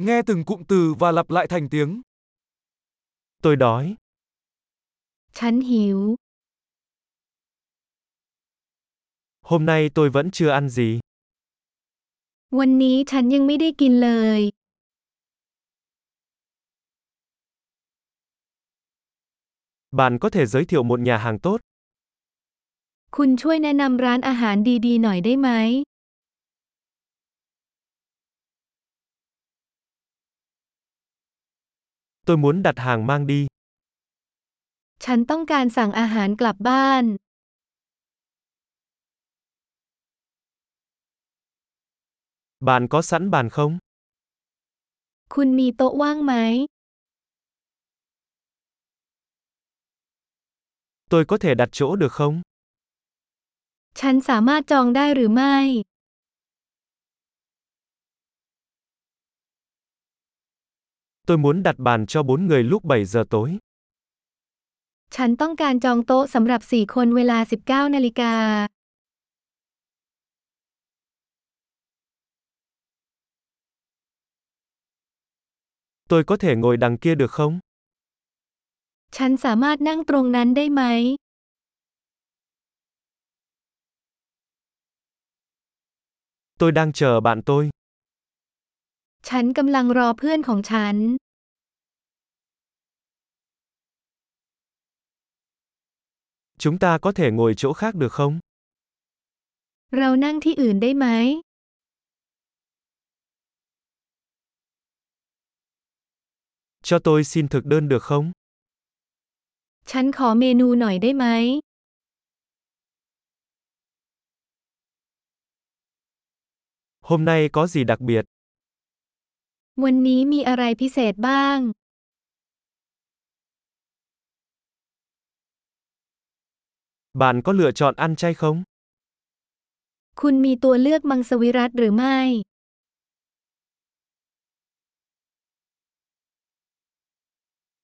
Nghe từng cụm từ và lặp lại thành tiếng. Tôi đói. ฉันหิว Hôm nay tôi vẫn chưa ăn gì. วันนี้ฉันยังไม่ได้กินเลย Bạn có thể giới thiệu một nhà hàng tốt. คุณช่วยแนะนำร้านอาหารดีๆ หน่อยได้ไหม Tôi muốn đặt hàng mang đi. ฉันต้องการสั่งอาหารกลับบ้าน Bạn có sẵn bàn không? คุณมีโต๊ะว่างไหม Tôi có thể đặt chỗ được không? ฉันสามารถจองได้หรือไม่ Tôi muốn đặt bàn cho 4 người lúc 7 giờ tối. ฉันต้องการจองโต๊ะสำหรับ 4 คนเวลา 19นาฬิกา Tôi có thể ngồi đằng kia được không? ฉันสามารถนั่งตรงนั้นได้ไหม Tôi đang chờ bạn tôi. ฉันกำลังรอเพื่อนของฉัน Chúng ta có thể ngồi chỗ khác được không? เรานั่งที่อื่นได้ไหม Cho tôi xin thực đơn được không? ฉันขอเมนูหน่อยได้ไหม Hôm nay có gì đặc biệt? วันนี้มีอะไรพิเศษบ้าง Bạn có lựa chọn ăn chay không? คุณมีตัวเลือกมังสวิรัตหรือไม่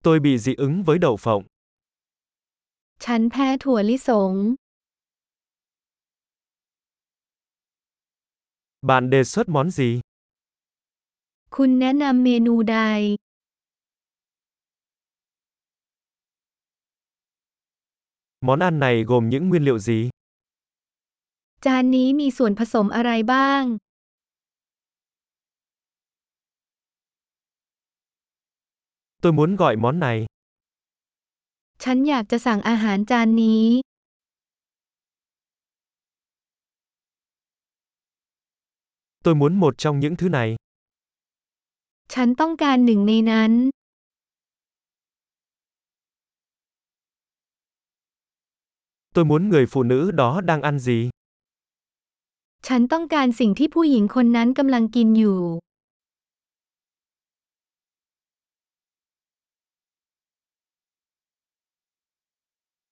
Tôi bị dị ứng với đậu phộng. ฉันแพ้ถั่วลิสง Bạn đề xuất món gì? คุณแนะนำเมนูใด Món ăn này gồm những nguyên liệu gì? จานนี้มีส่วนผสมอะไรบ้าง Tôi muốn gọi món này. ฉันอยากจะสั่งอาหารจานนี้ Tôi muốn một trong những thứ này. ฉันต้องการหนึ่งในนั้น Tôi muốn người phụ nữ đó đang ăn gì? ฉันต้องการสิ่งที่ผู้หญิงคนนั้นกำลังกินอยู่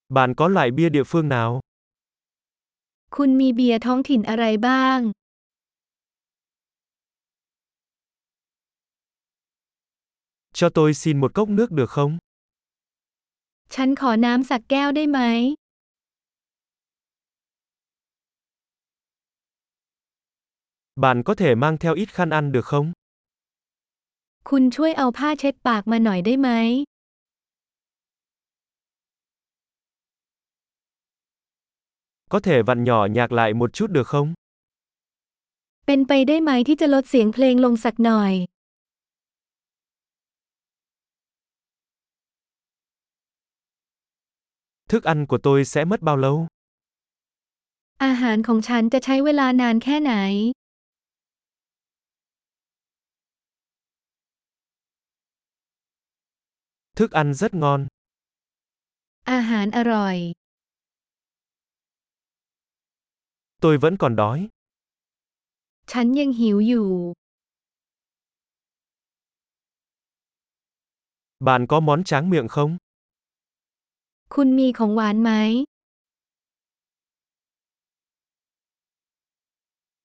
Bạn có loại bia địa phương nào? คุณมีเบียร์ท้องถิ่นอะไรบ้าง Cho tôi xin một cốc nước được không? ฉันขอน้ำสักแก้วได้ไหม Bạn có thể mang theo ít khăn ăn được không? คุณช่วยเอาผ้าเช็ดปากมาหน่อยได้ไหม Có thể vặn nhỏ nhạc lại một chút được không? เป็นไปได้ไหมที่จะลดเสียงเพลงลงสักหน่อย Thức ăn của tôi sẽ mất bao lâu? อาหารของฉันจะใช้เวลานานแค่ไหน Thức ăn rất ngon. อาหารอร่อย Tôi vẫn còn đói. ฉันยังหิวอยู่ Bạn có món tráng miệng không? คุณมีของหวานไหม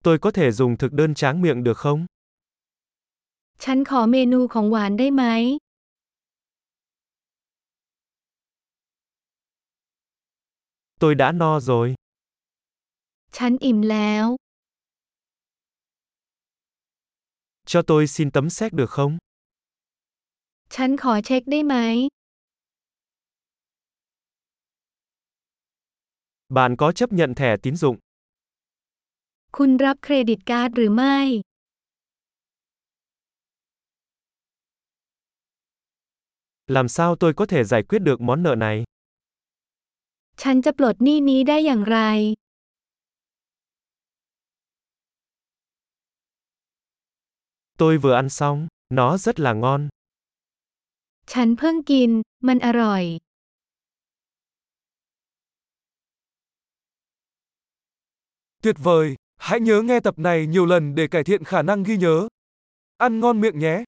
Tôi có thể dùng thực đơn tráng miệng được không? ฉันขอเมนูของหวานได้ไหม Tôi đã no rồi. ฉันอิ่มแล้ว Cho tôi xin tấm séc được không? ฉันขอเช็คได้ไหม Bạn có chấp nhận thẻ tín dụng? คุณรับเครดิตการ์ดหรือไม่ Làm sao tôi có thể giải quyết được món nợ này? ฉันจะปลดหนี้นี้ได้อย่างไร Tôi vừa ăn xong, nó rất là ngon. ฉันเพิ่งกิน มันอร่อย Tuyệt vời! Hãy nhớ nghe tập này nhiều lần để cải thiện khả năng ghi nhớ. Ăn ngon miệng nhé!